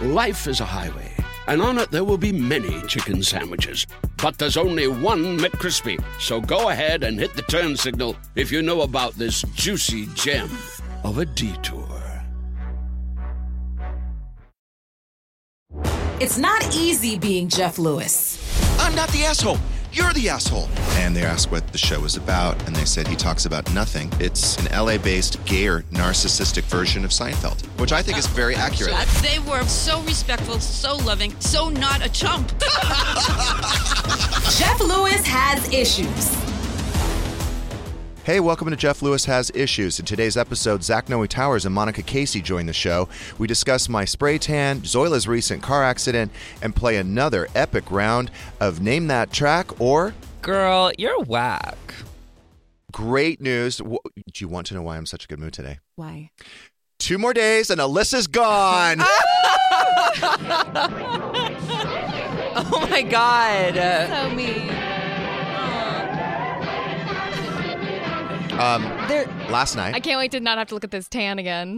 Life is a highway, and on it there will be many chicken sandwiches. But there's only one McCrispy. So go ahead and hit the turn signal if you know about this juicy gem of a detour. It's not easy being Jeff Lewis. I'm Uh, not the asshole. You're the asshole. and they asked what the show was about, and they said he talks about nothing. It's an LA based, gayer, narcissistic version of Seinfeld, which I think is very accurate. They were so respectful, so loving, so not a chump. Jeff Lewis has issues. Hey, welcome to Jeff Lewis Has Issues. In today's episode, Zach Noe Towers and Monica Casey join the show. We discuss my spray tan, Zoila's recent car accident, and play another epic round of Name That Track or Girl, you're whack. Great News. Wh- Do you want to know why I'm such a good mood today? Why? Two more days and Alyssa's gone. Ah! Oh my god. so mean. um, There. last night. I can't wait to not have to look at this tan again.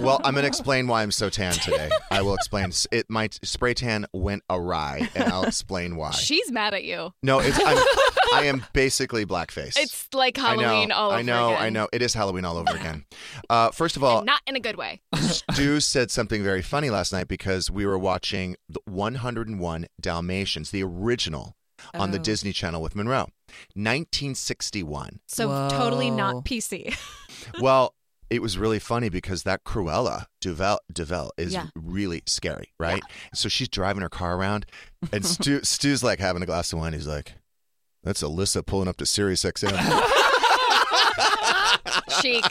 Well, I'm going to explain why I'm so tan today. I will explain. It my spray tan went awry, and I'll explain why. She's mad at you. no, it's I'm, I am basically blackface. It's like Halloween I know, all over I know. again. I know. It is Halloween all over again. Uh, first of all, And not in a good way. Stu said something very funny last night because we were watching the 101 Dalmatians, the original, on the Oh. Disney Channel with Monroe, 1961. So Whoa. totally not PC. Well, it was really funny because that Cruella Duvel Duvel is Yeah. really scary, right? So she's driving her car around, and Stu Stu's like having a glass of wine. He's like, "That's Alyssa pulling up to Sirius XM." Chic.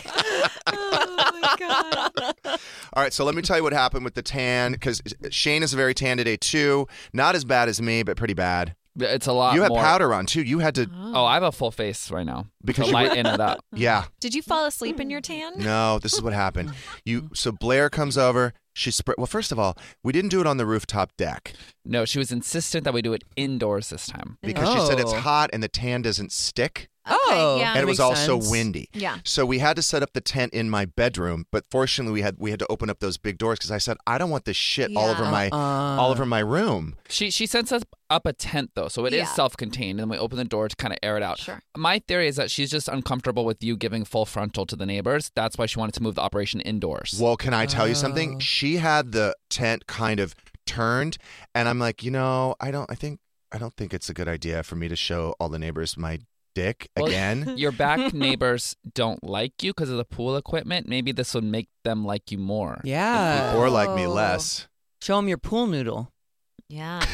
Oh All right, so let me tell you what happened with the tan because Shane is very tan today too. Not as bad as me, but pretty bad. It's a lot you had more. powder on too. You had to, Ah. Oh, I have a full face right now. Because Because you- light in it up. yeah. Did you fall asleep in your tan? No, this is what happened. You so Blair comes over. She spread. Well, first of all, we didn't do it on the rooftop deck. No, she was insistent that we do it indoors this time. because she said it's Oh. hot and the tan doesn't stick. Oh, yeah. and it that was also windy. Yeah. So we had to set up the tent in my bedroom, but fortunately we had we had to open up those big doors because I said I don't want this shit all over Yeah. my Uh-uh. all over my room. She she sends us up a tent though, so it is Yeah. self-contained, and then we open the door to kind of air it out. Sure. My theory is that she's just uncomfortable with you giving full frontal to the neighbors. That's why she wanted to move the operation indoors. Well, can I tell you something? She had the tent kind of turned, and I'm like, you know, I don't, I think, I don't think it's a good idea for me to show all the neighbors my dick Well, again. Your back neighbors don't like you because of the pool equipment. Maybe this would make them like you more. Yeah. or like me less. Show him your pool noodle. Yeah.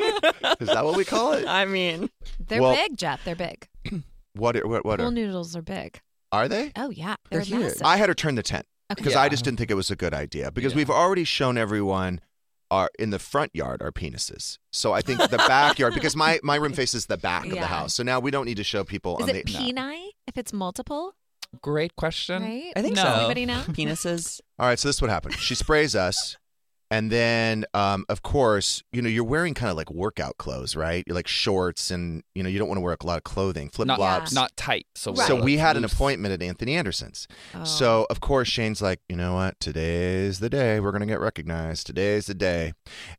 Is that what we call it? I mean, They're Well- big, Jeff. They're big. What? are- What? What? Pool Are, noodles are big. are they? Oh yeah, They're they're, huge. massive. I had her turn the tent because I Yeah. just didn't think it was a good idea because we've already shown everyone our in the front yard our penises. So I think the backyard because my my room faces the back of the Yeah. house. So now we don't need to show people Is on it the peni if it's multiple? Great question. Right? Um, I think No. so. Anybody know? Penises. All right, so this is what happened. She sprays us. And then, um, of course, you know, you're wearing kind of like workout clothes, right? You're like shorts and, you know, you don't want to wear a lot of clothing, flip Not, flops. not tight. So, So we're we had an loose. appointment at Anthony Anderson's. Oh. So, of course, Shane's like, you know what? Today's the day. We're going to get recognized. Today's the day.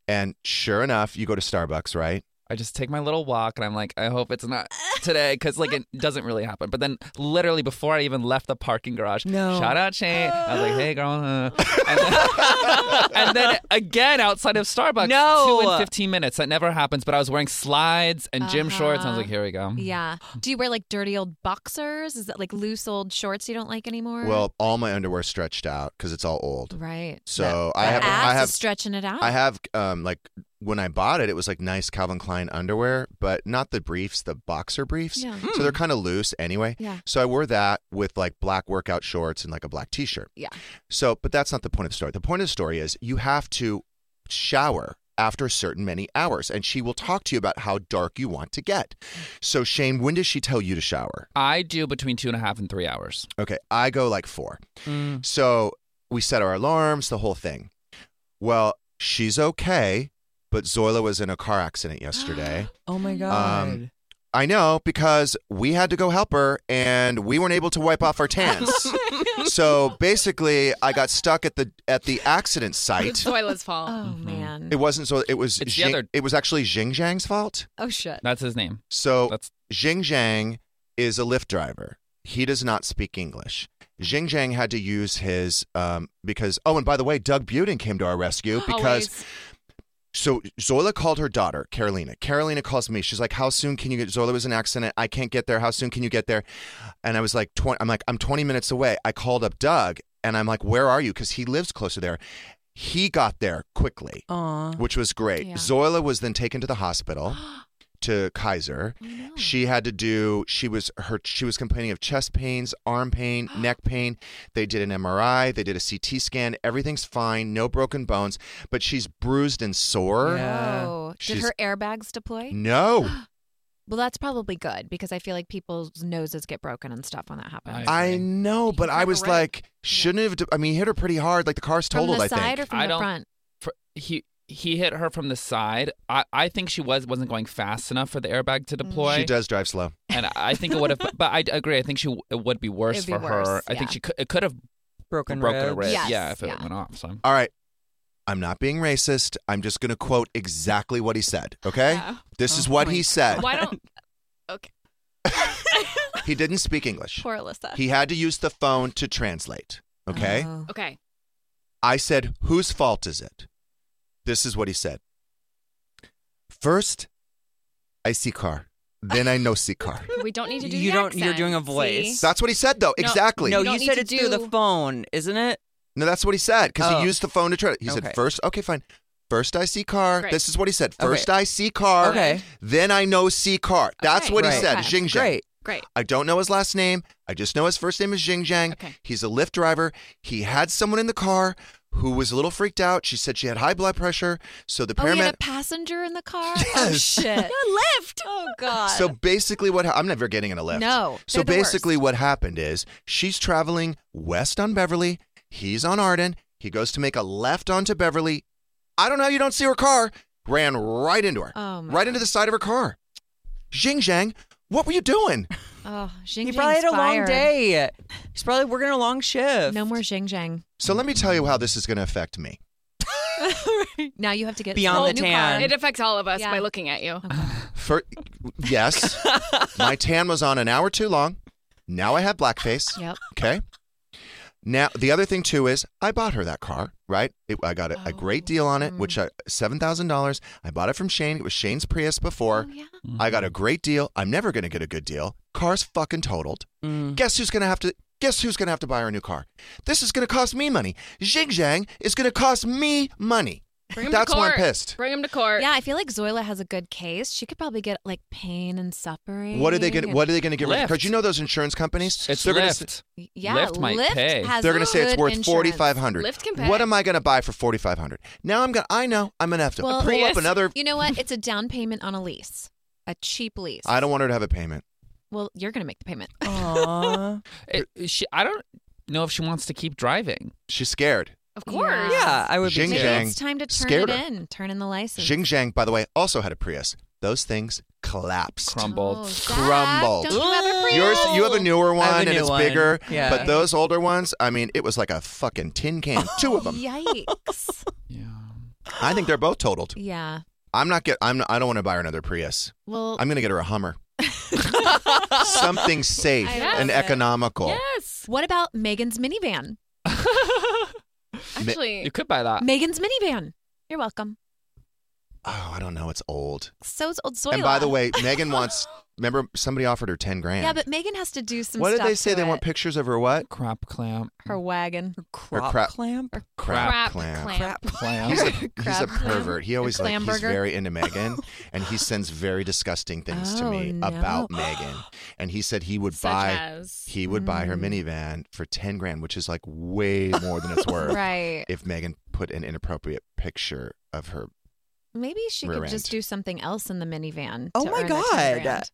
And sure enough, you go to Starbucks, right? I just take my little walk and I'm like, I hope it's not today because like it doesn't really happen. But then literally before I even left the parking garage, No. shout out Shane. I was like, hey girl. uh." And then, and then again outside of Starbucks, No. two in 15 minutes. That never happens. But I was wearing slides and gym shorts. And I was like, here we go. yeah. Do you wear like dirty old boxers? Is that like loose old shorts you don't like anymore? Mm-hmm. Well, all my underwear stretched out because it's all old. right. So The I have, abs I is have, stretching it out. I have um, like when I bought it, it was like nice Calvin Klein underwear, but not the briefs, the boxer briefs. Yeah. So they're kind of loose anyway. Yeah. So I wore that with like black workout shorts and like a black t shirt. Yeah. So, but that's not the point of the story. The point of the story is you have to shower after a certain many hours, and she will talk to you about how dark you want to get. Mm. So, Shane, when does she tell you to shower? I do between two and a half and three hours. Okay, I go like four. Mm. So we set our alarms, the whole thing. Well, she's okay, but Zoila was in a car accident yesterday. Oh my god. um, I know because we had to go help her and we weren't able to wipe Oh off our tans. so basically, I got stuck at the at the accident It's site. Zoila's fault. Oh Mm-hmm. man. It wasn't so. It was. It's the Xing- other- It was actually Xing Zhang's fault. Oh shit. That's his name. So That's- Xing Zhang is a Lyft driver. He does not speak English. Xing Zhang had to use his um, because. Oh, and by the way, Doug Buden came to our rescue because. Always. So Zoila called her daughter, Carolina. Carolina calls me. She's like, "How soon can you get?" Zoila was in an accident. I can't get there. How soon can you get there? And I was like, 20, "I'm like, I'm 20 minutes away." I called up Doug, and I'm like, "Where are you?" Because he lives closer there. He got there quickly, Aw. which was great. Yeah. Zoila was then taken to the hospital to Kaiser. She had to do. She was her. She was complaining of chest pains, arm pain, neck pain. They did an MRI. They did a CT scan. Everything's fine. No broken bones, but she's bruised and sore. Yeah. Oh, did She's- Mm. her airbags deploy? No, Well, that's probably good because I feel like people's noses get broken and stuff when that happens. I I agree. know, but I have a was wreck. like, shouldn't have. I mean, hit her pretty hard. Like the car's from totaled. the I side think. or from I the don't- front? For, he he hit her from the side. I, I think she was wasn't going fast enough for the airbag to deploy. she does drive slow. and I- I think it would have. But I agree. I think she it would be worse It'd be for her. worse, I think yeah. she could, it could have broken, broken her ribs. rib. Yes, yeah, if it yeah. went off. So All right. I'm not being racist. I'm just going to quote exactly what he said. Okay. Yeah. This is Oh what my he said. Why don't He didn't speak English. poor Alyssa? He had to use the phone to translate. Okay. Oh. okay. I said, Whose fault is it? This is what he said. First, I see car. Then I no see car. We don't need to do. You the don't- you're accent, doing a see? voice. That's what he said, though. No, exactly. No, You don't you need said to it's through do- the phone, isn't it? No, that's what he said because Oh. he used the phone to try. He Okay. said, First, okay, fine. First, I see car. Great. This is what he said. Okay. First, I see car. Okay. Then I know see car. That's Okay. what he Right. said. Okay. Xing Zhang. Great. Great. I don't know his last name. I just know his first name is Xing Zhang. Okay. He's a Lyft driver. He had someone in the car who was a little freaked out. She said she had high blood pressure. So the Oh, we had paramedic. a passenger in the car. Oh Yes. shit. Lift. oh god. so basically, what ha- I'm never getting in a Lyft. No, So they're the worst. basically, what happened is she's traveling west on Beverly. He's on Arden. He goes to make a left onto Beverly. I don't know how you don't see her car. Ran right into her. Oh, my right into the side of her car. Xing Zhang, what were you doing? Oh, Xing He probably had a Zhang's long fired. day. He's probably working a long shift. No more Xing Zhang. So let me tell you how this is going to affect me. Now you have to get Beyond whole the new tan. It affects all of us Yeah. by looking at you. For yes, my tan was on an hour too long. Now I have blackface. Yep. Okay. Now the other thing too is I bought her that car, right? It, I got a, a great deal on Oh. it, which I, seven thousand dollars. I bought it from Shane. It was Shane's Prius before. Oh, yeah. I got a great deal. I'm never going to get a good deal. Car's fucking totaled. Mm. Guess who's going to have to. Guess who's going to have to buy her a new car? This is going to cost me money. Xing Zhang is going to cost me money. Bring him That's to why court. I'm pissed. Bring him to court. Yeah, I feel like Zoila has a good case. She could probably get like pain and suffering. What are they going? to and- What are they going to get rid of? Lyft. Because you know those insurance companies. it's they're Gonna, s- Lyft. Yeah, Lyft might pay. has they're going to say it's good worth insurance. forty five hundred. Lyft can What pay. am I going to buy for forty five hundred? Now I'm going. to I know I'm going to have to Well, pull Prius. up another. You know what? It's a down payment on a lease, a cheap lease. I don't want her to have a payment. Well, you're going to make the payment. Aw. It, she, I don't know if she wants to keep driving. She's scared. Of course. yeah, I would Xing be Maybe too. Zhang it's time to turn scared it her. in, turn in the license. Xing Zhang, by the way, also had a Prius. Those things collapsed. Crumbled. Oh, Zach, Crumbled. Don't you have a Prius? Yours, you have a newer one I have a and new it's one. bigger. Yeah. But those older ones, I mean, it was like a fucking tin can. Two of them. Yikes. Yeah. I think they're both totaled. yeah. I'm not get. I'm. I don't want to buy her another Prius. Well, I'm gonna get her a Hummer. Something safe I and love it. economical. Yes. what about Megan's minivan? Mi- Actually, You could buy that. Megan's minivan. You're welcome. Oh, I don't know. It's old. So's old soil. And by the way, Megan wants. Remember, somebody offered her ten grand. yeah, but Megan has to do some. what did stuff they say? to They it. want pictures of her what? Crop clamp. Her wagon. Her Or crop crap- clamp? Or crap clamp. clamp. He's a, he's a Crab clam? pervert. He Or always like clam he's burger? very into Megan, and he sends very disgusting things to me Oh, about no. Megan. And he said he would Such buy as? Hmm. he would buy Mm-hmm. her minivan for ten grand, which is like way more than it's worth. Right. If Megan put an inappropriate picture of her, Maybe she could Rear just end. do something else in the minivan. Oh to my earn that God. 10 grand.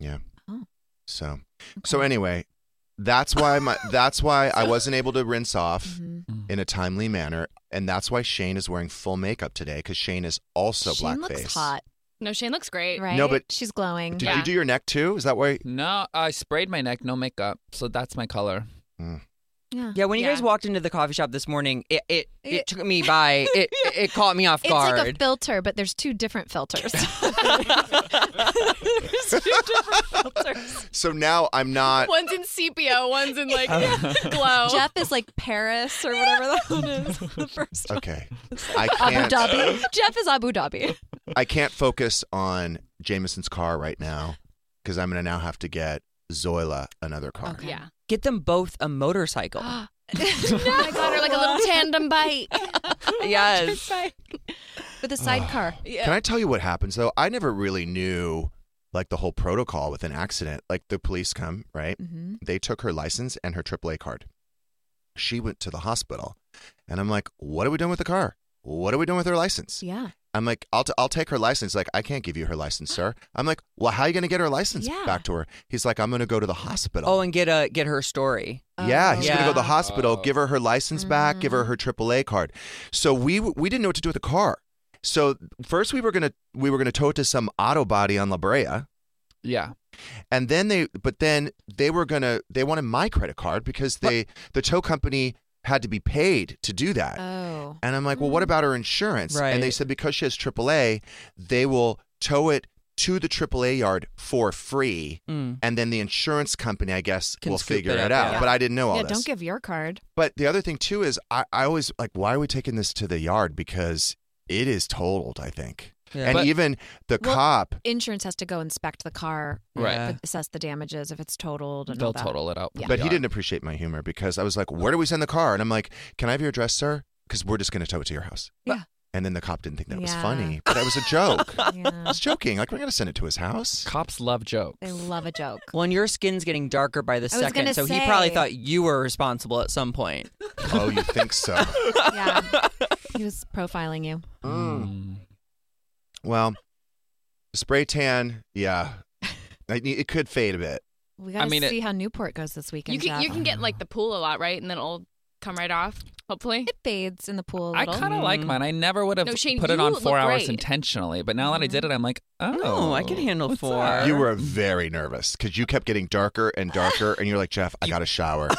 yeah. Oh. So so anyway, that's why my that's why I wasn't able to rinse off Mm-hmm. in a timely manner, and that's why Shane is wearing full makeup today because Shane is also Shane blackface. looks hot. No, Shane looks great. Right. No, but- she's glowing. Did you do your neck too? Is that why? No, I sprayed my neck, no makeup, so that's my color. Yeah. Yeah, when you Yeah. guys walked into the coffee shop this morning, it it, it, took me by it it- it caught me off It's guard. like a filter, but there's two different filters. So now I'm not. one's in sepia, one's in like glow. Jeff is like Paris or whatever that one is. The first Okay. I Abu can't. Dhabi. Jeff is Abu Dhabi. I can't focus on Jameson's car right now because I'm gonna now have to get Zoila another car. Yeah. Get them both a motorcycle. Oh my god, or like a little tandem bike. yes. With a sidecar. Can I tell you what happens though? I never really knew like the whole protocol with an accident. Like the police come, right? Mhm. They took her license and her AAA card. She went to the hospital, and I'm like, "What are we doing with the car? What are we doing with her license?" Yeah. I'm like, "I'll t- I'll take her license." Like, I can't give you her license, sir. I'm like, "Well, how are you gonna get her license Yeah. back to her?" He's like, "I'm gonna go to the hospital." Oh, and get a get her story. Oh. Yeah, he's gonna go to the Yeah. hospital, give her her license back, give Mm. her her AAA card. So we we didn't know what to do with the car. So first we were gonna we were gonna tow it to some auto body on La Brea, Yeah. and then they but then they were gonna they wanted my credit card because they the tow company had to be paid to do that. Oh. And I'm like, well, what about her insurance? And they Right. said because she has AAA, they will tow it to the AAA yard for free, Mm. and then the insurance company, I guess, Can will scoop figure it it, up, out. yeah. But I didn't know all yeah, this. don't give your card. But the other thing too is I, I always like why are we taking this to the yard because it is totaled I think Yeah. and But- even the Well, cop Insurance has to go inspect the car, Right. but assess the damages if it's totaled. And all They'll that. total it out. Yeah. but he didn't appreciate my humor because I was like where do we send the car and I'm like can I have your address sir because we're just gonna tow it to your house Yeah. and then the cop didn't think that was Yeah. funny but that was a joke I yeah. was joking like we're gonna send it to his house Cops love jokes. They love a joke. Well, and your skin's getting darker by the I was second, gonna so he probably say. thought you were responsible at some point. oh you think so yeah. He was profiling you. Mm. well spray tan yeah I, it could fade a bit We got to mean, it- see how Newport goes this weekend. You can you Jeff. can get like the pool a lot, right? And then it'll come right off, hopefully. It fades in the pool a I little. kind of like mine. I never would have No, Shane, put it you on look four hours great. intentionally, but now that I did it, I'm like, oh, No, I can handle what's four. up? You were very nervous because you kept getting darker and darker, and you're like, Jeff, I got to shower.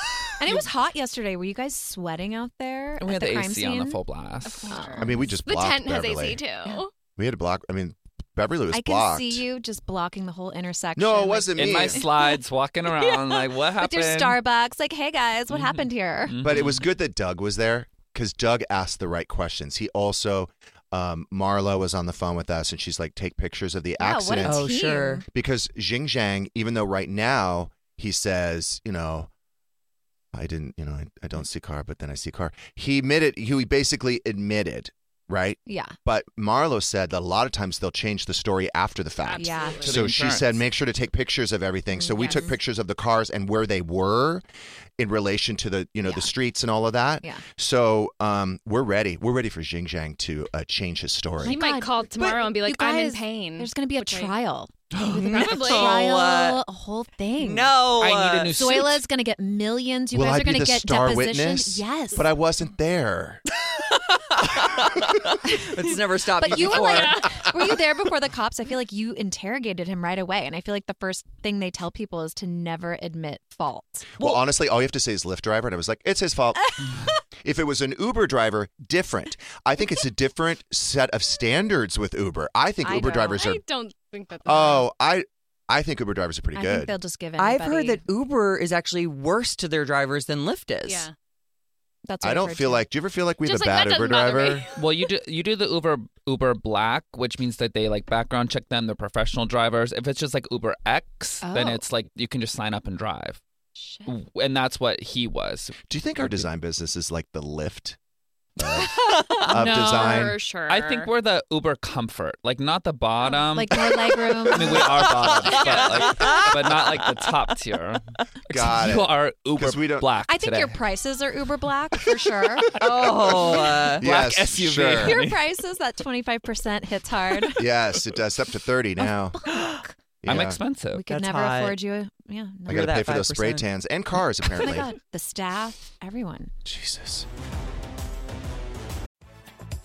and it was hot yesterday. Were you guys sweating out there? And we at had the, crime AC scene? on the full blast. I mean, we just The blocked tent has Beverly. AC too. We had to block. I mean, Beverly was I can blocked. see you just blocking the whole intersection. No, it like, wasn't In me. my slides, walking around, like, what With happened? your Mm. Starbucks, like, hey guys, what happened here? but it was Mm-hmm. good that Doug was there because Doug asked the right questions. He also, um, Marla was on the phone with us, and she's like, take pictures of the Yeah, what a accidents. Oh, team. sure. because Xing Zhang, even though right now he says, you know, I didn't, you know, I, I don't see car, but then I see car. He admitted, he basically admitted, right? Yeah. But Marlo said that a lot of times they'll change the story after the fact. Yeah. To the So she insurance. said, make sure to take pictures of everything. So we took pictures of the cars and where they were in relation to the, you know, the streets and all of that. Yeah. So um, we're ready. We're ready for Xing Zhang to uh, change his story. He might God. call tomorrow But and be like, you "I'm in guys, pain." There's going to be a Which way? trial. Probably. A trial, a whole thing. No, I need uh, a new suit. Zoila's going to get millions. You Will guys I are be going the to get star depositioned. witness? Yes. But I wasn't there. It's never stopped. But me you were before. like, were you there before the cops? I feel like you interrogated him right away. And I feel like the first thing they tell people is to never admit fault. Well, honestly, all you have to say is Lyft driver, and I was like, it's his fault. if it was an Uber driver, different. I think it's a different set of standards with Uber. I think I Uber don't- drivers are. I don't think that's oh, I, I think Uber drivers are pretty I think good. they'll just give in. I've heard that Uber is actually worse to their drivers than Lyft is. Yeah. That's what I I've don't heard feel too. like. Do you ever feel like we have Just a like bad that Uber doesn't bother driver? me. Well, you do you do the Uber Uber Black, which means that they like background check them, they're professional drivers. If it's just like Uber X, then Oh. it's like you can just sign up and drive. W- And that's what he was. Do you think our design business is like the lift? of No, design? for I think we're the Uber comfort, like not the bottom, Like more legroom. Um, I mean, we are bottom, but, like, but not like the top tier. Got you it. are Uber black. I think today. your prices are uber black for sure. Oh, uh, Black yes, SUV. sure. Your prices that 25% hits hard. yes, it does. Up to thirty now. I'm Yeah. expensive. We could never afford you. Yeah. I got to pay for those spray tans and cars Oh my apparently. God. The staff, everyone. Jesus.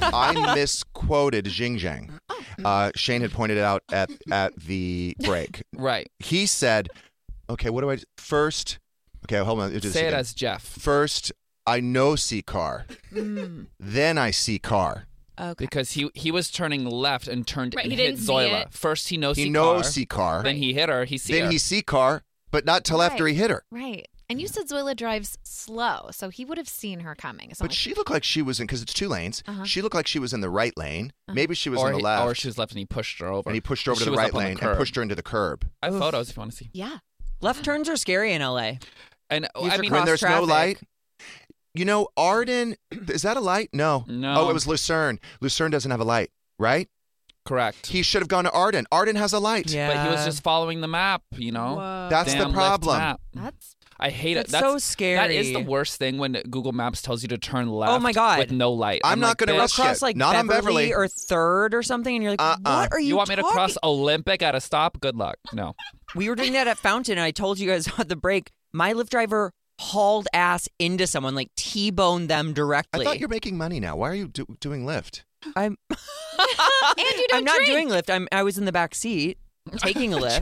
I misquoted Xing Zhang. Oh, hmm. Uh, Shane had pointed it out at, at the break. Right. He said, okay, what do I first? Okay, hold on. let me do this Say it again. as Jeff. First, I know see car. Hmm. then I see car. Because he he was turning left and turned Right, and he hit didn't see Zoila. it. First he knows He Oh, see knows car. see car. Then he hit her. He see then her. he see car, but not till after he hit her. Right. And you said Zoila drives slow, so he would have seen her coming. So I'm But like, she looked like she was in because it's two lanes. Uh-huh. She looked like she was in the right lane. Maybe she was or in the he- left. or she was left and he pushed her over. and he pushed her over She to the was right up on lane and curb. pushed her into the curb. I have photos if you want to see. Yeah. Left turns are scary in LA. And oh, These I are mean, when cross there's no traffic. light. You know, Arden, is that a light? No. No. Oh, it was Lucerne. Lucerne doesn't have a light, right? Correct. He should have gone to Arden. Arden has a light. But he was just following the map, you know. That's the Damn left problem. map. Mm. That's I hate it. That's so That is the scary. Oh worst thing when Google Maps tells you to turn left. my God. With no light. I'm not like, gonna "Bitch, rush Cross Shit, like not on Beverly Beverly. or Third or something, and you're like, Uh-uh. what are you? You want me to talking- cross Olympic at a stop? Good luck. No. We were doing that at Fountain, and I told you guys on the break. My Lyft driver hauled ass into someone, like T-boned them I directly. thought you're making money now. Why are you do- doing Lyft? I'm. and you don't I'm not drink. doing Lyft. I'm. I was in the back seat taking a Lyft.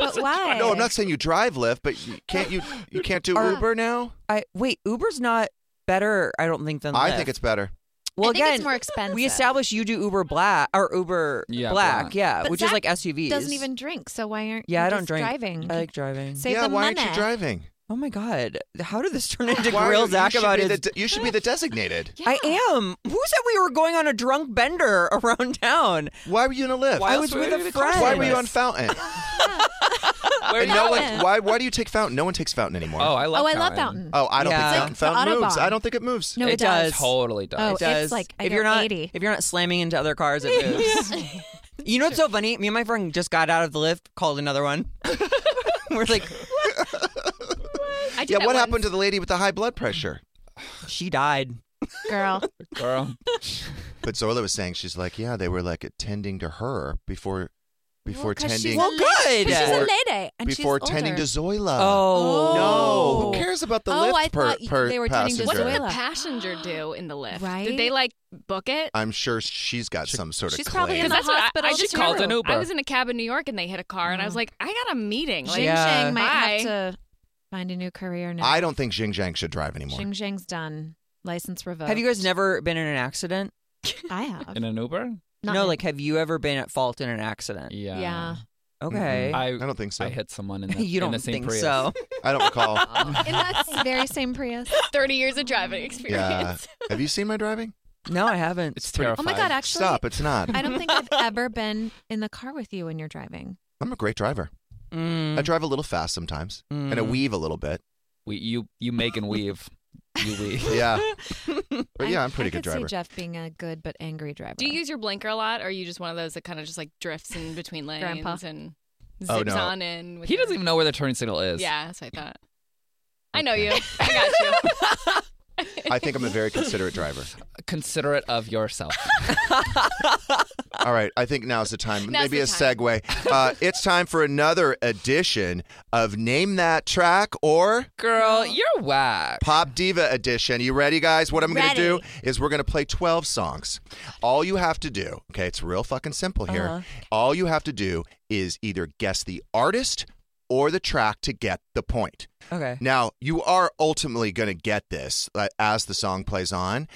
But why? No, I'm not saying you drive Lyft, but you can't you you can't do Are- Uber now? I wait. Uber's not better. I don't think than Lyft. I think it's better. Well, I think again, it's more expensive. We established you do Uber Black or Uber Yeah, Black, Black. yeah, But which is Zach like SUVs. Doesn't even drink, so why aren't Yeah, you I don't just drink. driving? I like driving. Save yeah, the why money. aren't you driving? oh my god, how did this turn into Why are grill you- Zach you should about be his? the de- you should be the designated. I am. Who said we were going on a drunk bender around town? Why were you in a Lyft? I was with a friend. Why were you on Fountain? And no one, Fountain. why why do you take Fountain? No one takes Fountain anymore. Oh, I love. oh, I love Fountain. Oh, I don't Yeah. think Fountain, It's like the Fountain moves. Autobahn. I don't think it moves. No, It it, does. Totally does. Oh, It does. It's like I if you're go not 80. if you're not slamming into other cars, it moves. you know what's so funny? Me and my friend just got out of the lift, called another one. we're like, I did yeah, that what once. happened to the lady with the high blood pressure? she died. girl? Girl. But Zoila was saying she's like, yeah, they were like attending to her before before tending Well, Because she's good. a Before- lady, and she's before tending to older. Zoila. Oh, no, who cares about the Oh, lift I per, thought you- per they were tending passenger? to What did the Zoila. passenger do in the lift? Right? Did they like book it? I'm sure she's got some sort of She's claim. probably in Because that's the what I- hospital. I, just She called remember. an Uber. I was in a cab in New York and they hit a car, and I was like, I got a meeting. Xing Like, Yeah. Zhang might Bye. have to find a new career now. I don't think Xing Zhang should drive anymore. Xing Zhang's done. License revoked. have you guys never been in an accident? I have. In an Uber? Not no, in- like, have you ever been at fault in an accident? Yeah. yeah. Mm-hmm. Okay, I, I don't think so. I I, hit someone in the you mm-hmm. in don't the same think Prius. so? don't recall. In that very same Prius. 30 years of driving yeah. experience. Have you seen my driving? No, I haven't. It's pretty- Oh terrifying. my God, actually. Stop. It's not. I don't think I've ever been in the car with you when you're driving. I'm a great driver. I drive a little fast sometimes, and I Mm. weave a little bit. We, you you make and weave. you weave. Yeah, but I- yeah, I'm a pretty I good could see driver. Jeff being a good but angry driver. Do you use your blinker a lot, or are you just one of those that kind of just like drifts in between lanes Grandpa. and zips Oh, no. on in? With He your- doesn't even know where the turn signal is. Yeah, that's what I thought. I know you. I got you. I think I'm a very considerate driver. Considerate of yourself. All right, I think now's the time. Now's Maybe the a segue. Uh, it's time for another edition of Name That Track or Girl, you're whack. Pop Diva edition. You ready, guys? What I'm going to do is we're going to play 12 songs. All you have to do, okay, it's real fucking simple here. Uh-huh. All you have to do is either guess the artist or the track to get the point. Okay. Now, you are ultimately going to get this uh, as the song plays on,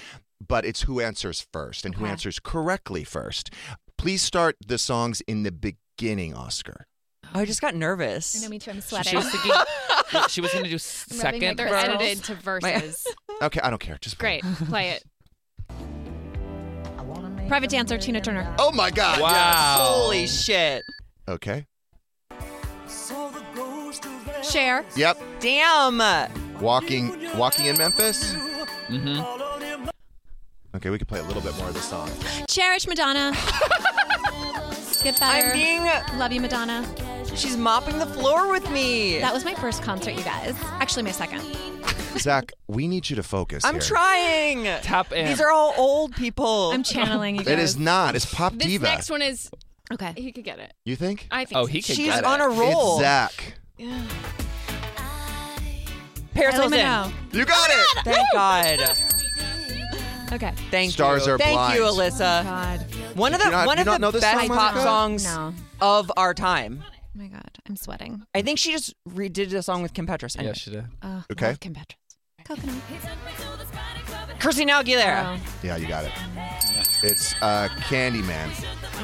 but it's who answers first and who Okay. answers correctly first. Please start the songs in the beginning, Oscar. I just got nervous. I know, me too. I'm She- sweating. She was thinking she was going to do I'm rubbing my second they're verse. edited to verses. Okay, I don't care. Just Great. Play it. Private dancer, Tina Turner. Oh my God! Wow. yes. Holy shit. Okay. Share. Yep. Damn. Walking, walking in Memphis. Mm-hmm. Okay, we can play a little bit more of the song. Cherish Madonna. Get better. I'm being- Love you, Madonna. She's mopping the floor with me. That was my first concert, you guys. Actually, my second. Zach, we need you to focus. I'm here. trying. Tap in. These are all old people. I'm channeling It is not. It's pop This diva. next one is okay. He could get it. you think? I think. Oh, so. he could She's get on it. a roll. It's Zach. Yeah. Paris Kylie Hilton. Minogue. You got it. Thank God. Okay. Thank Stars you. are Thank you, blind. Alyssa. Oh God. One of Did the you not- one you of not the know this best song, pop Monica? songs No. of our time. Oh my God, I'm sweating. I think she just redid a song with Kim Petras. Yeah, Anyway. she did. Oh, Okay. love Kim Petras. Coconut. Christina Aguilera. Oh. Yeah, you got it. It's uh, Candyman.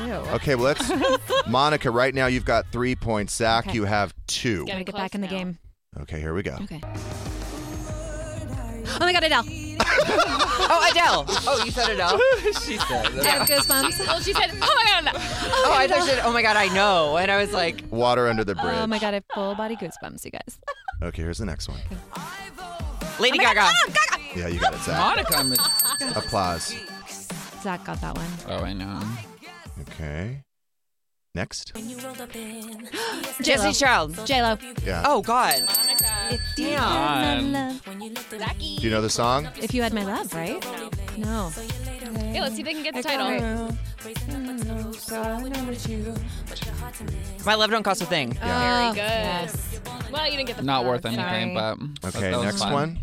Ew. Okay, well, let's. Monica, right now you've got three points. Zach, Okay. you have two. Gotta get back in the game. Okay, here we go. Okay. Oh my God, Adele. Oh, Adele. Oh, you said Adele. she said I it. have goosebumps. Oh, she said. Oh my God. Oh, I thought she said, oh my God, I know. And I was like, Water under the bridge. Oh my God, I have full body goosebumps, you guys. Okay, here's the next one. Lady Gaga. Yeah, you got it, Zach. Monica. I'm- Applause. Zach got that one. Oh, I know. Okay. Next. Jesse Child. J Lo. Yeah. Oh, God. Damn. Um, Do you know the song? If you had my love, right? No. Hey, let's see if they can get the title. My love don't cost a thing. Very good. Well, you didn't get the. Not worth Sorry. anything, but. Okay, that was next fun. one.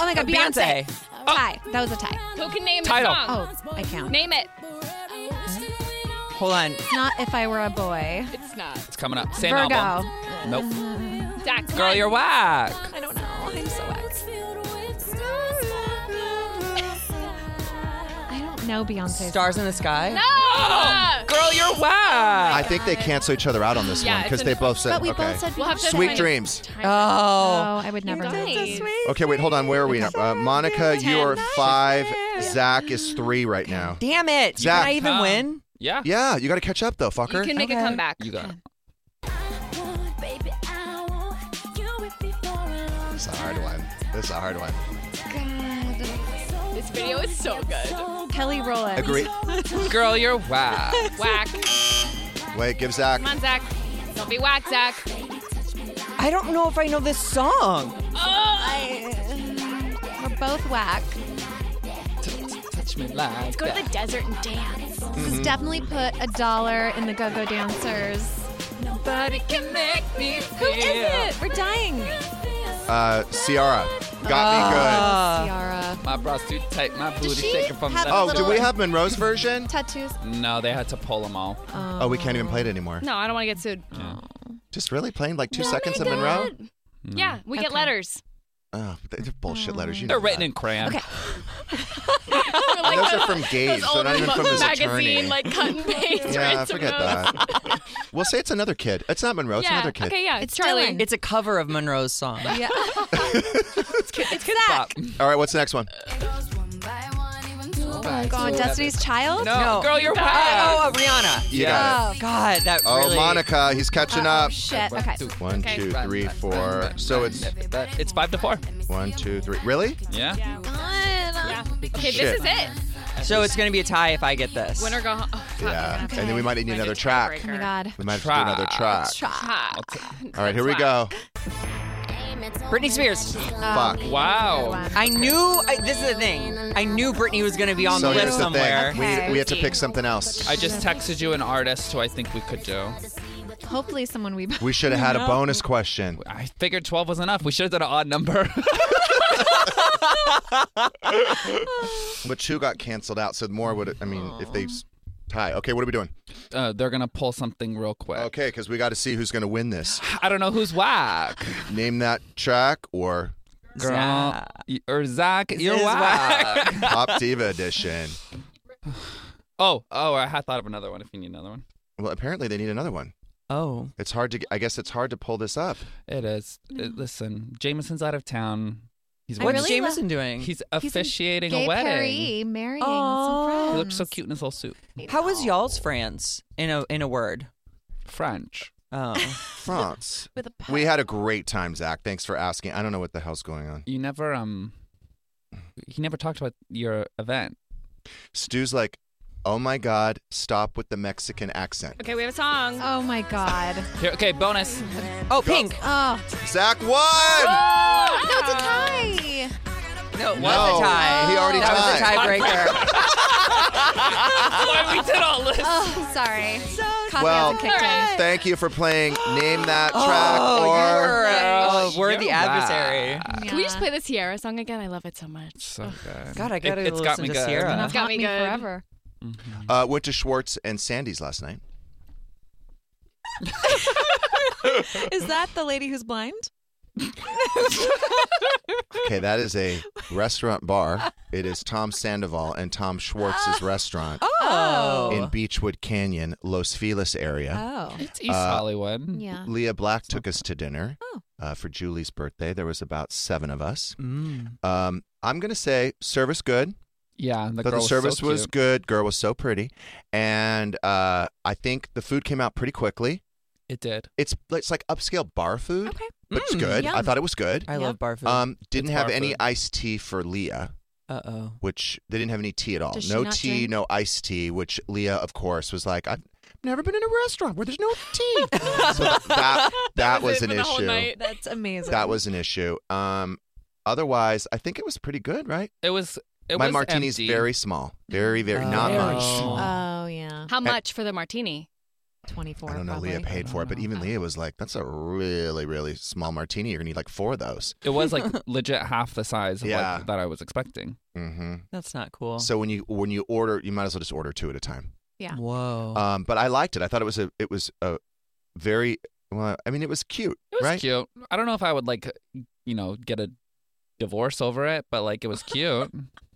Oh my God, Beyonce. Beyonce. Oh. Tie. That was a tie. Who can name Title. the song? Oh, I count. Name it. Hold on. Not if I were a boy. It's not. It's coming up. Same Virgo. album. Nope. Zach. come Girl, on. you're whack. I don't know. I'm so ex. I don't know Beyonce. Stars in the Sky. No. Ah! Oh. Girl, you're whack. I think they cancel each other out on this Yeah, one it's because a they no. both said. But we okay. both said We'll have to Sweet find- dreams. Oh. Oh, I would never. You're know. nice. Okay, wait, hold on. Where are we now? Uh, Monica, you are five. Zach is three right now. Damn it. Zach. Can I even Come. win? Yeah. Yeah, you got to catch up though, You fucker. can make Okay. a comeback. You got it. This is a hard one. This is a hard one. This video is so good. Kelly Rowland. Agree. Girl, you're whack. Whack. Wait, give Zach. Come on, Zach. Don't be whack, Zach. I don't know if I know this song. We're both whack. Touch me like Go to that. the desert and dance. This Mm. is definitely put a dollar in the go-go dancers. Nobody can make me Who is it? We're dying. Uh, Ciara got Oh. me good. Uh, Ciara. My bra's too tight. My booty she shaking from have the. Oh, do little- we have Monroe's version? Tattoos. No, they had to pull them all. Oh, we can't even play it anymore. No, I don't want to get sued. Just really playing like two seconds of Monroe? Mm. Yeah, we get letters. Oh, they're bullshit letters. You They're know written that. in crayon. Okay. And those are from Gage. They're not even from his attorney. magazine, like cut and paste. yeah, rinse and forget repeat. that. we'll say it's another kid. It's not Monroe. It's yeah. another kid. Okay, yeah, it's It's Charlie. Dylan. It's a cover of Monroe's song. Yeah. it's Zach. All right, what's the next one? Oh my God, Destiny's Child? No, girl, you're Oh, wild. Oh, Rihanna. You got it. Oh, God, that Oh, really. Monica, he's catching up. Shit. Okay. One, two, three, four. so it's it's five to four. One, two, three. Really? Yeah. Okay, this Shit. is it. So it's going to be a tie if I get this. Winner go home. Oh, fuck. Yeah. Okay. And then we might need another track. Oh my God. We might have to do another track. Ha. All right, here we go. Britney Spears. Fuck. Wow. I knew, I, this is the thing. I knew Britney was going to be on So the here's list the somewhere. thing. We, we have to pick something else. I just texted you an artist who I think we could do. Hopefully, someone we. We should have had a bonus question. I figured 12 was enough. We should have done an odd number. But two got canceled out, so more would, I mean, if they s- tie. Okay, what are we doing? uh, they're going to pull something real quick. Okay, because we got to see who's going to win this. I don't know who's whack. Name that track or Girl. y- Or Zach, you're is whack. Pop Diva Edition. Oh, oh, I had thought of another one if you need another one. Well, apparently they need another one. Oh. It's hard to, I guess it's hard to pull this up. It is. It- listen, Jameson's out of town. He's I working. What's Oh, really Jameson doing? He's He's in officiating Gay a wedding. Paris marrying Oh. some friends. He looks so cute in his little suit. How was y'all's France in a in a word? French. Oh. France. With a pie. We had a great time, Zach. Thanks for asking. I don't know what the hell's going on. You never um. He never talked about your event. Stu's like, oh my God, stop with the Mexican accent. Okay, we have a song. Oh my God. Here, okay, bonus. oh, pink. Oh. Zach won! No, it's a tie. No, it was No, a tie. he already that was a tiebreaker. Why we did all this? Oh, sorry. Coffee Well, hasn't kicked in. thank you for playing Name That Track oh, or. you were a Yes. worthy You're adversary. Can we just play the Sierra song again? I love it so much. So good. God, I gotta it, has listen got me to good. Sierra. It's got me Haunt good. forever. Uh, went to Schwartz and Sandy's last night. Is that the lady who's blind? Okay, that is a restaurant bar. It is Tom Sandoval and Tom Schwartz's restaurant Oh. in Beechwood Canyon, Los Feliz area. Oh. It's East Uh, Hollywood. Yeah. Leah Black took us to dinner Oh. uh, for Julie's birthday. There was about seven of us. Mm. Um, I'm gonna say service good. Yeah, and the, Thought girl the service so was cute. good. Girl was so pretty, and uh, I think the food came out pretty quickly. It did. It's it's like upscale bar food, Okay. but it's Mm, good. I yum. thought it was good. I Yeah. love bar food. Um, didn't It's have bar any food. iced tea for Leah, uh oh. which they didn't have any tea at all. Does she no not tea, drink? no iced tea. Which Leah, of course, was like, I've never been in a restaurant where there's no tea. so that that, that was, it for an the whole issue. night. That's amazing. That was an issue. Um, otherwise, I think it was pretty good, right? It was. It My was martini's empty. very small, very very not Oh. much. Oh yeah. How much for the martini? Twenty-four. I don't know. Probably. Leah paid for it, but even Leah was like, "That's a really, really small martini. You're gonna need like four of those." It was like legit half the size of Yeah. like, that I was expecting. hmm That's not cool. So when you when you order, you might as well just order two at a time. Yeah. Whoa. Um, but I liked it. I thought it was a it was a very well. I mean, it was cute, It was right? cute. I don't know if I would like, you know, get a divorce over it, but like it was cute.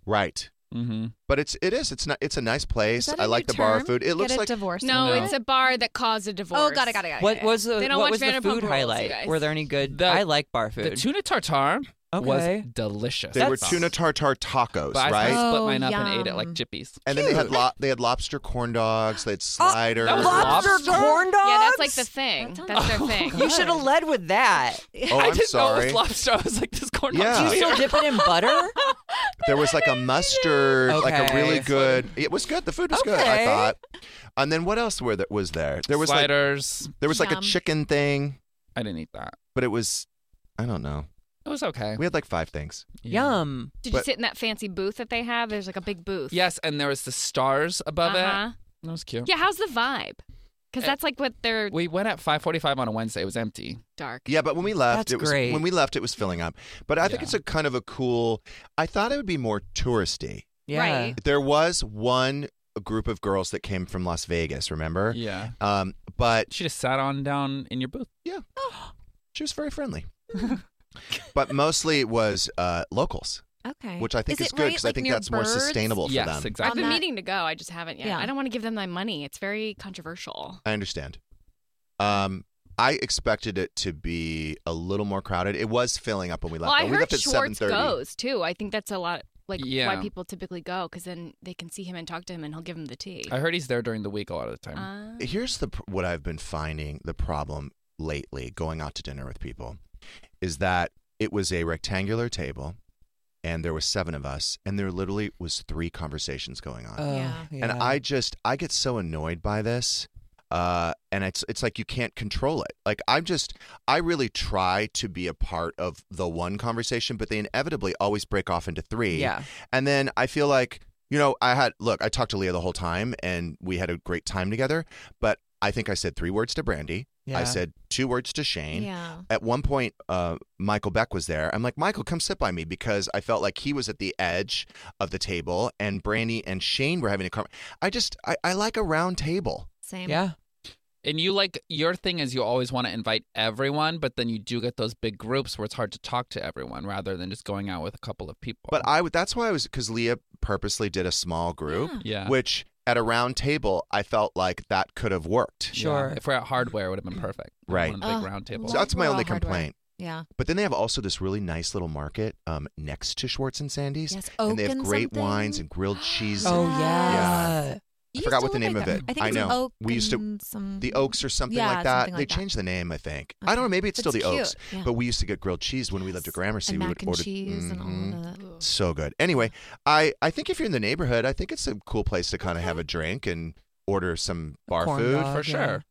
Right. mm-hmm. But it's it is it's not it's a nice Is place. that a I like new the bar term? food. It looks Get a like divorce. No, No. it's a bar that caused a divorce. Oh, got it, got it, got it. what was the They don't watch what was the Vanderpump food Rules, you highlight? guys. Were there any good? The- I like bar food. The tuna tartare was Okay. delicious. they were tuna tartar tacos, but I right? I split Oh, mine up and ate it like yum. chippies. and then they had lo- they had lobster corn dogs. They had sliders. Oh, that was lobster, Lobster? corn dogs. Yeah, that's like the thing. That That's their sounds- thing. You should have led with that. oh, I I'm didn't know sorry. it was lobster. I was like, this corn Yeah. dog's Do You still weird. dip it in butter? There was like a mustard, like a Okay. really good. It was good. The food was good. I Okay. thought. And then what else were there, was there? There was like sliders. there was like a Yum. chicken thing, I didn't eat that. but it was I don't know. It was okay. We had like five things. Yeah. Yum. Did you But- sit in that fancy booth that they have? There's like a big booth. Yes, and there was the stars above Uh-huh. it. That was cute. Yeah, how's the vibe? Because Eh, that's like what they're We went at 5:45 on a Wednesday. It was empty. dark. Yeah, but when we left, That's it was great. when we left it was filling up. But I think Yeah. it's a kind of a cool. I thought it would be more touristy. Yeah. Right. There was one group of girls that came from Las Vegas. Remember? Yeah. Um, but She just sat on down in your booth. she was very friendly. but mostly it was uh, locals, Okay. which I think is, is it good right, because I like, think near that's birds? more sustainable yes, for them. I've exactly. been On that- meaning to go. I just haven't yet. Yeah. I don't want to give them my money. It's very controversial. I understand. Um, I expected it to be a little more crowded. It was filling up when we left. well, I but we heard left at Schwartz 7:30. goes too. I think that's a lot like Yeah. why people typically go because then they can see him and talk to him and he'll give him the tea. I heard he's there during the week a lot of the time. Um, Ah. Here's the pr- what I've been finding the problem lately going out to dinner with people is that it was a rectangular table and there were seven of us and there literally was three conversations going on. Yeah. And I just I get so annoyed by this. Uh, and it's it's like you can't control it. Like I'm just I really try to be a part of the one conversation, but they inevitably always break off into three. Yeah. And then I feel like, you know, I had look, I talked to Leah the whole time and we had a great time together, but I think I said three words to Brandy. Yeah. I said two words to Shane. Yeah. At one point, uh, Michael Beck was there. I'm like, Michael, come sit by me because I felt like he was at the edge of the table, and Brandy and Shane were having a conversation. I just, I, I like a round table. Same. And you like your thing is you always want to invite everyone, but then you do get those big groups where it's hard to talk to everyone rather than just going out with a couple of people. But uh, I would. That's why I was because Leah purposely did a small group, Yeah. Yeah. which at a round table I felt like that could have worked. Yeah. If we're at hardware, it would have been perfect. Right. One of the big Ugh, round tables. So that's my Laurel only Hardware. complaint. Yeah. But then they have also this really nice little market um, next to Schwartz and Sandy's, Yes, and they have Oak and great something. wines and grilled cheese. Oh, and- yeah. I You used forgot to what the look name like of it. that. I think it's know. Oak we used to and some- the Oaks or something Yeah, like that. something like they that. changed the name, I think. I don't know. Maybe it's But still it's the cute, Oaks, yeah. but we used to get grilled cheese when we lived at Gramercy. And we mac would and order cheese and all Mhm. that. So good. Anyway, I I think if you're in the neighborhood, I think it's a cool place to kind of have a drink and order some bar corn food dog, for yeah. sure.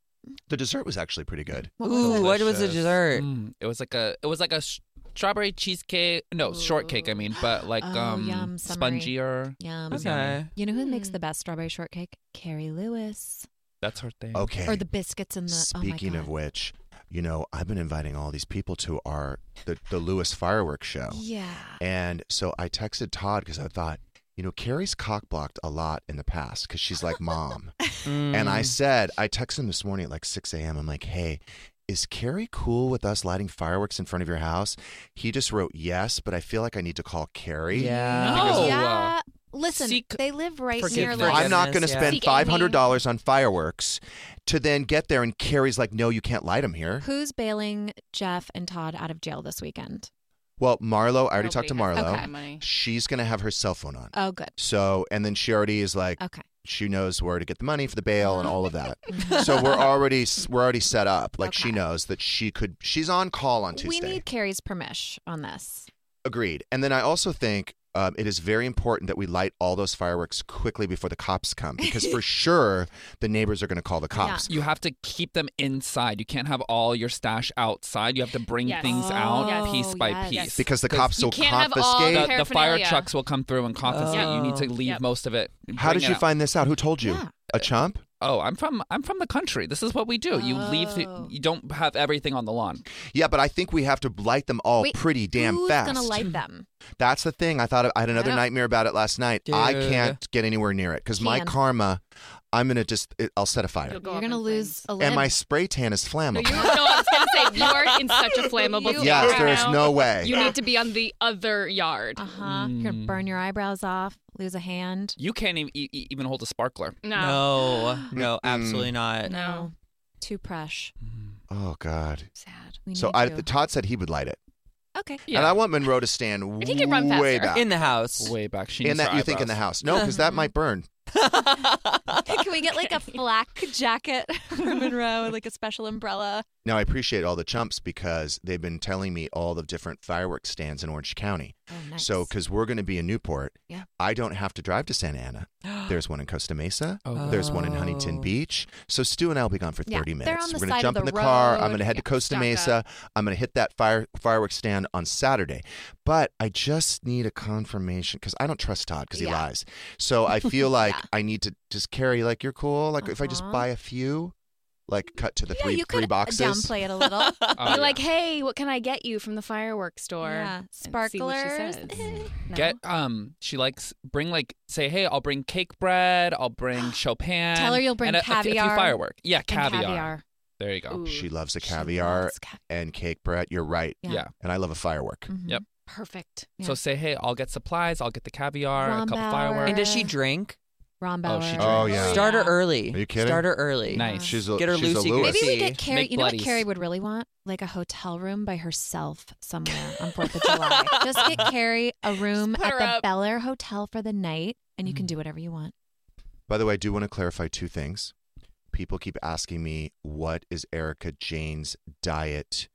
The dessert was actually pretty good. Ooh, what was the Delicious. dessert? Mm, it was like a it was like a sh- strawberry cheesecake. No, shortcake. I mean, but like Oh, um yum, summery. spongier. Yum. It was yummy. Okay. You know who makes Hmm. the best strawberry shortcake? Carrie Lewis. That's her thing. Okay. Or the biscuits and the. Speaking oh my God. of which, you know, I've been inviting all these people to our the, the Lewis fireworks show. Yeah. And so I texted Todd because I thought, you know, Carrie's cock blocked a lot in the past because she's like mom. And Mm. I said, I texted him this morning at like 6 a.m. I'm like, hey, is Carrie cool with us lighting fireworks in front of your house? He just wrote yes, but I feel like I need to call Carrie. Yeah. No. Oh, yeah. uh, Listen, seek they live right near. forgiveness. Like, I'm not going to yeah. spend Seek Amy. $500 on fireworks to then get there and Carrie's like, no, you can't light them here. Who's bailing Jeff and Todd out of jail this weekend? Well, Marlo, I already talked to Nobody has Marlo. that money. She's going to have her cell phone on. Oh, good. So, and then she already is like, Okay. she knows where to get the money for the bail and all of that. so we're already we're already set up. Like Uh-huh. she Okay. knows that she could. She's on call on We Tuesday. need Carrie's permission on this. Agreed. And then I also think. Um, it is very important that we light all those fireworks quickly before the cops come because for sure the neighbors are going to call the cops. You have to keep them inside. You can't have all your stash outside. You have to bring Yes. things Oh, out yes. piece by yes. piece. Because the cops you will can't have all confiscate. the, the fire paraphernalia. trucks will come through and confiscate. You need to Oh. leave Yep. most of it. How Bring did it you out. find this out? Who told you? Yeah. A chump? Oh, I'm from I'm from the country. This is what we do. You leave. The, Oh. you don't have everything on the lawn. Yeah, but I think we have to light them all Wait, pretty damn who's fast. Who's gonna light them? That's the thing. I thought I had another Yeah. nightmare about it last night. I Dude. can't get anywhere near it because my Can. karma, I'm gonna just it, I'll set a fire, You'll go You're up gonna in lose flames. a limb. and my spray tan is No, flammable. you no, I was gonna say you are in such a flammable. You state yes, right there is now. no way. You need to be on the other yard. Uh huh. You're gonna Mm. burn your eyebrows off, lose a hand. You can't even e- e- even hold a sparkler. Mm. No, No, no, absolutely not. No. Too fresh. Oh God. sad. We So need I, you. Todd said he would light it, okay. and I want Monroe to stand think it'd run way faster. back. In the house. Way back. She In needs that her you think in the eyebrows. house? No, because that might burn. Can we get like a flak jacket for Monroe, like a special umbrella? Now I appreciate all the chumps because they've been telling me all the different fireworks stands in Orange County. Oh, nice. So because we're going to be in Newport, Yeah. I don't have to drive to Santa Ana. There's one in Costa Mesa. Oh, good. There's one in Huntington Oh. Beach. So Stu and I will be gone for Yeah, 30 they're minutes. on the We're gonna side of jump the in the car. I'm road. going to head to Yeah, Costa stock Mesa. I'm going to hit that fire fireworks stand on Saturday. But I just need a confirmation because I don't trust Todd because he Yeah. lies. So I feel like Yeah. I need to just carry like you're cool. Like if I just Uh-huh. buy a few, like cut to the three you three could boxes. downplay it a little. Oh, Be yeah. like, hey, what can I get you from the fireworks store? yeah. And see what she Sparklers. says. Mm-hmm. No? Get um. She likes bring like say hey. I'll bring cake bread. I'll bring Chopin. Tell her you'll bring and a, a f- A few caviar firework. Yeah, And caviar. There you go. Ooh, She loves a She caviar loves ca- and cake, Brett. You're right. Yeah. Yeah. And I love a firework. Mhm. Yep. perfect. Yeah. So say hey. I'll get supplies. I'll get the caviar. A couple Rombauer. fireworks. And does Oh, she drink? Ron Bauer. she Oh, yeah. Start her early. Are you kidding? Start her early. Nice. She's a- Get her she's a Lucy Lewis. Maybe we goosey. get Carrie. Make You know what bloodies. Carrie would really want? Like a hotel room by herself somewhere on Fourth of July. Just get Carrie a room put at her the up. Bel Air Hotel for the night, and Mm-hmm. you can do whatever you want. By the way, I do want to clarify two things. People keep asking me what is Erica Jane's diet,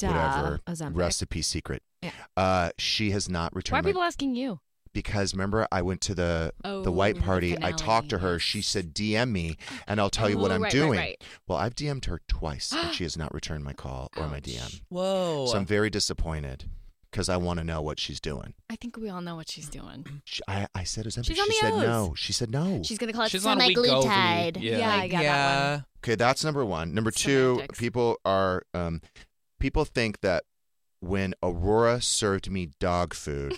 Duh, whatever Ozempic. recipe secret. Yeah. Uh, she has not Why are returned. my- people asking you? because remember, I went to the the Oh, white the party. I talked to her. She said, "DM me, and I'll tell you what Oh, I'm right, right, doing." right. Well, I've DM'd her twice, and she has not returned my call or my DM. Whoa. So I'm very disappointed because I want to know what she's doing. I think we all know what she's doing. She, I, I said Ozempic. She's she on the said O's. no. She said no. She's gonna call it She's on Wegovy. semaglutide. Yeah. I got that yeah. Okay, that's number one. Number two, Semantics. people are um, people think that when Aurora served me dog food,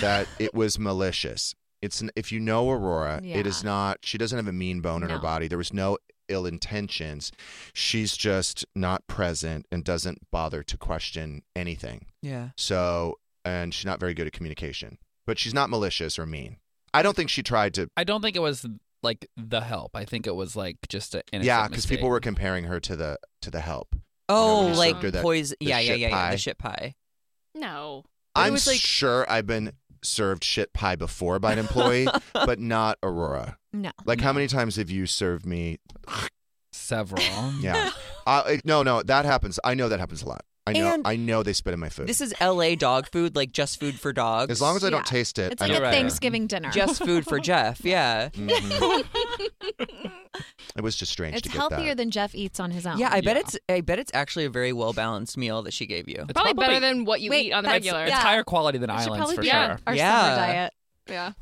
that it was malicious. It's n- if you know Aurora, it is Yeah. not. She doesn't have a mean bone in her No. body. There was no ill intentions. She's just not present and doesn't bother to question anything. Yeah. So, and she's not very good at communication. But she's not malicious or mean. I don't think she tried to. I don't think it was like the help. I think it was like just a innocent yeah, because people mistake. were comparing her to the to the help. Oh, when you like served her that- poison. the Yeah, yeah, shit yeah, yeah. pie. The shit pie. No. But it I'm was like- sure I've been served shit pie before by an employee, but not Aurora. one. No. Like, how many times have you served me? several. Yeah. I, I- no, no, that happens. I know that happens a lot. I know. And I know they spit in my food. This is LA dog food, like just food for dogs. as long as I don't Yeah. taste it, It's I like know a don't right. care. Thanksgiving dinner. just food for Jeff. Yeah. Mhm. it was just strange to it's get healthier that. than Jeff eats on his own. Yeah, I bet Yeah. it's I bet it's actually a very well balanced meal that she gave you. It's Probably, better than what you Wait, eat on the that's- regular. it's yeah. higher quality than It should islands probably for be sure. on our, our Yeah. summer diet. yeah.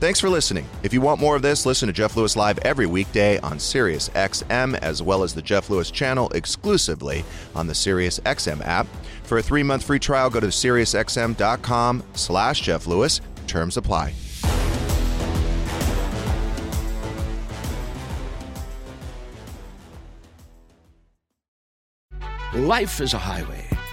Thanks for listening. If you want more of this, listen to Jeff Lewis Live every weekday on Sirius XM, as well as the Jeff Lewis channel exclusively on the Sirius XM app. For a three-month free trial, go to SiriusXM.com slash Jeff Lewis. Terms apply. Life is a highway,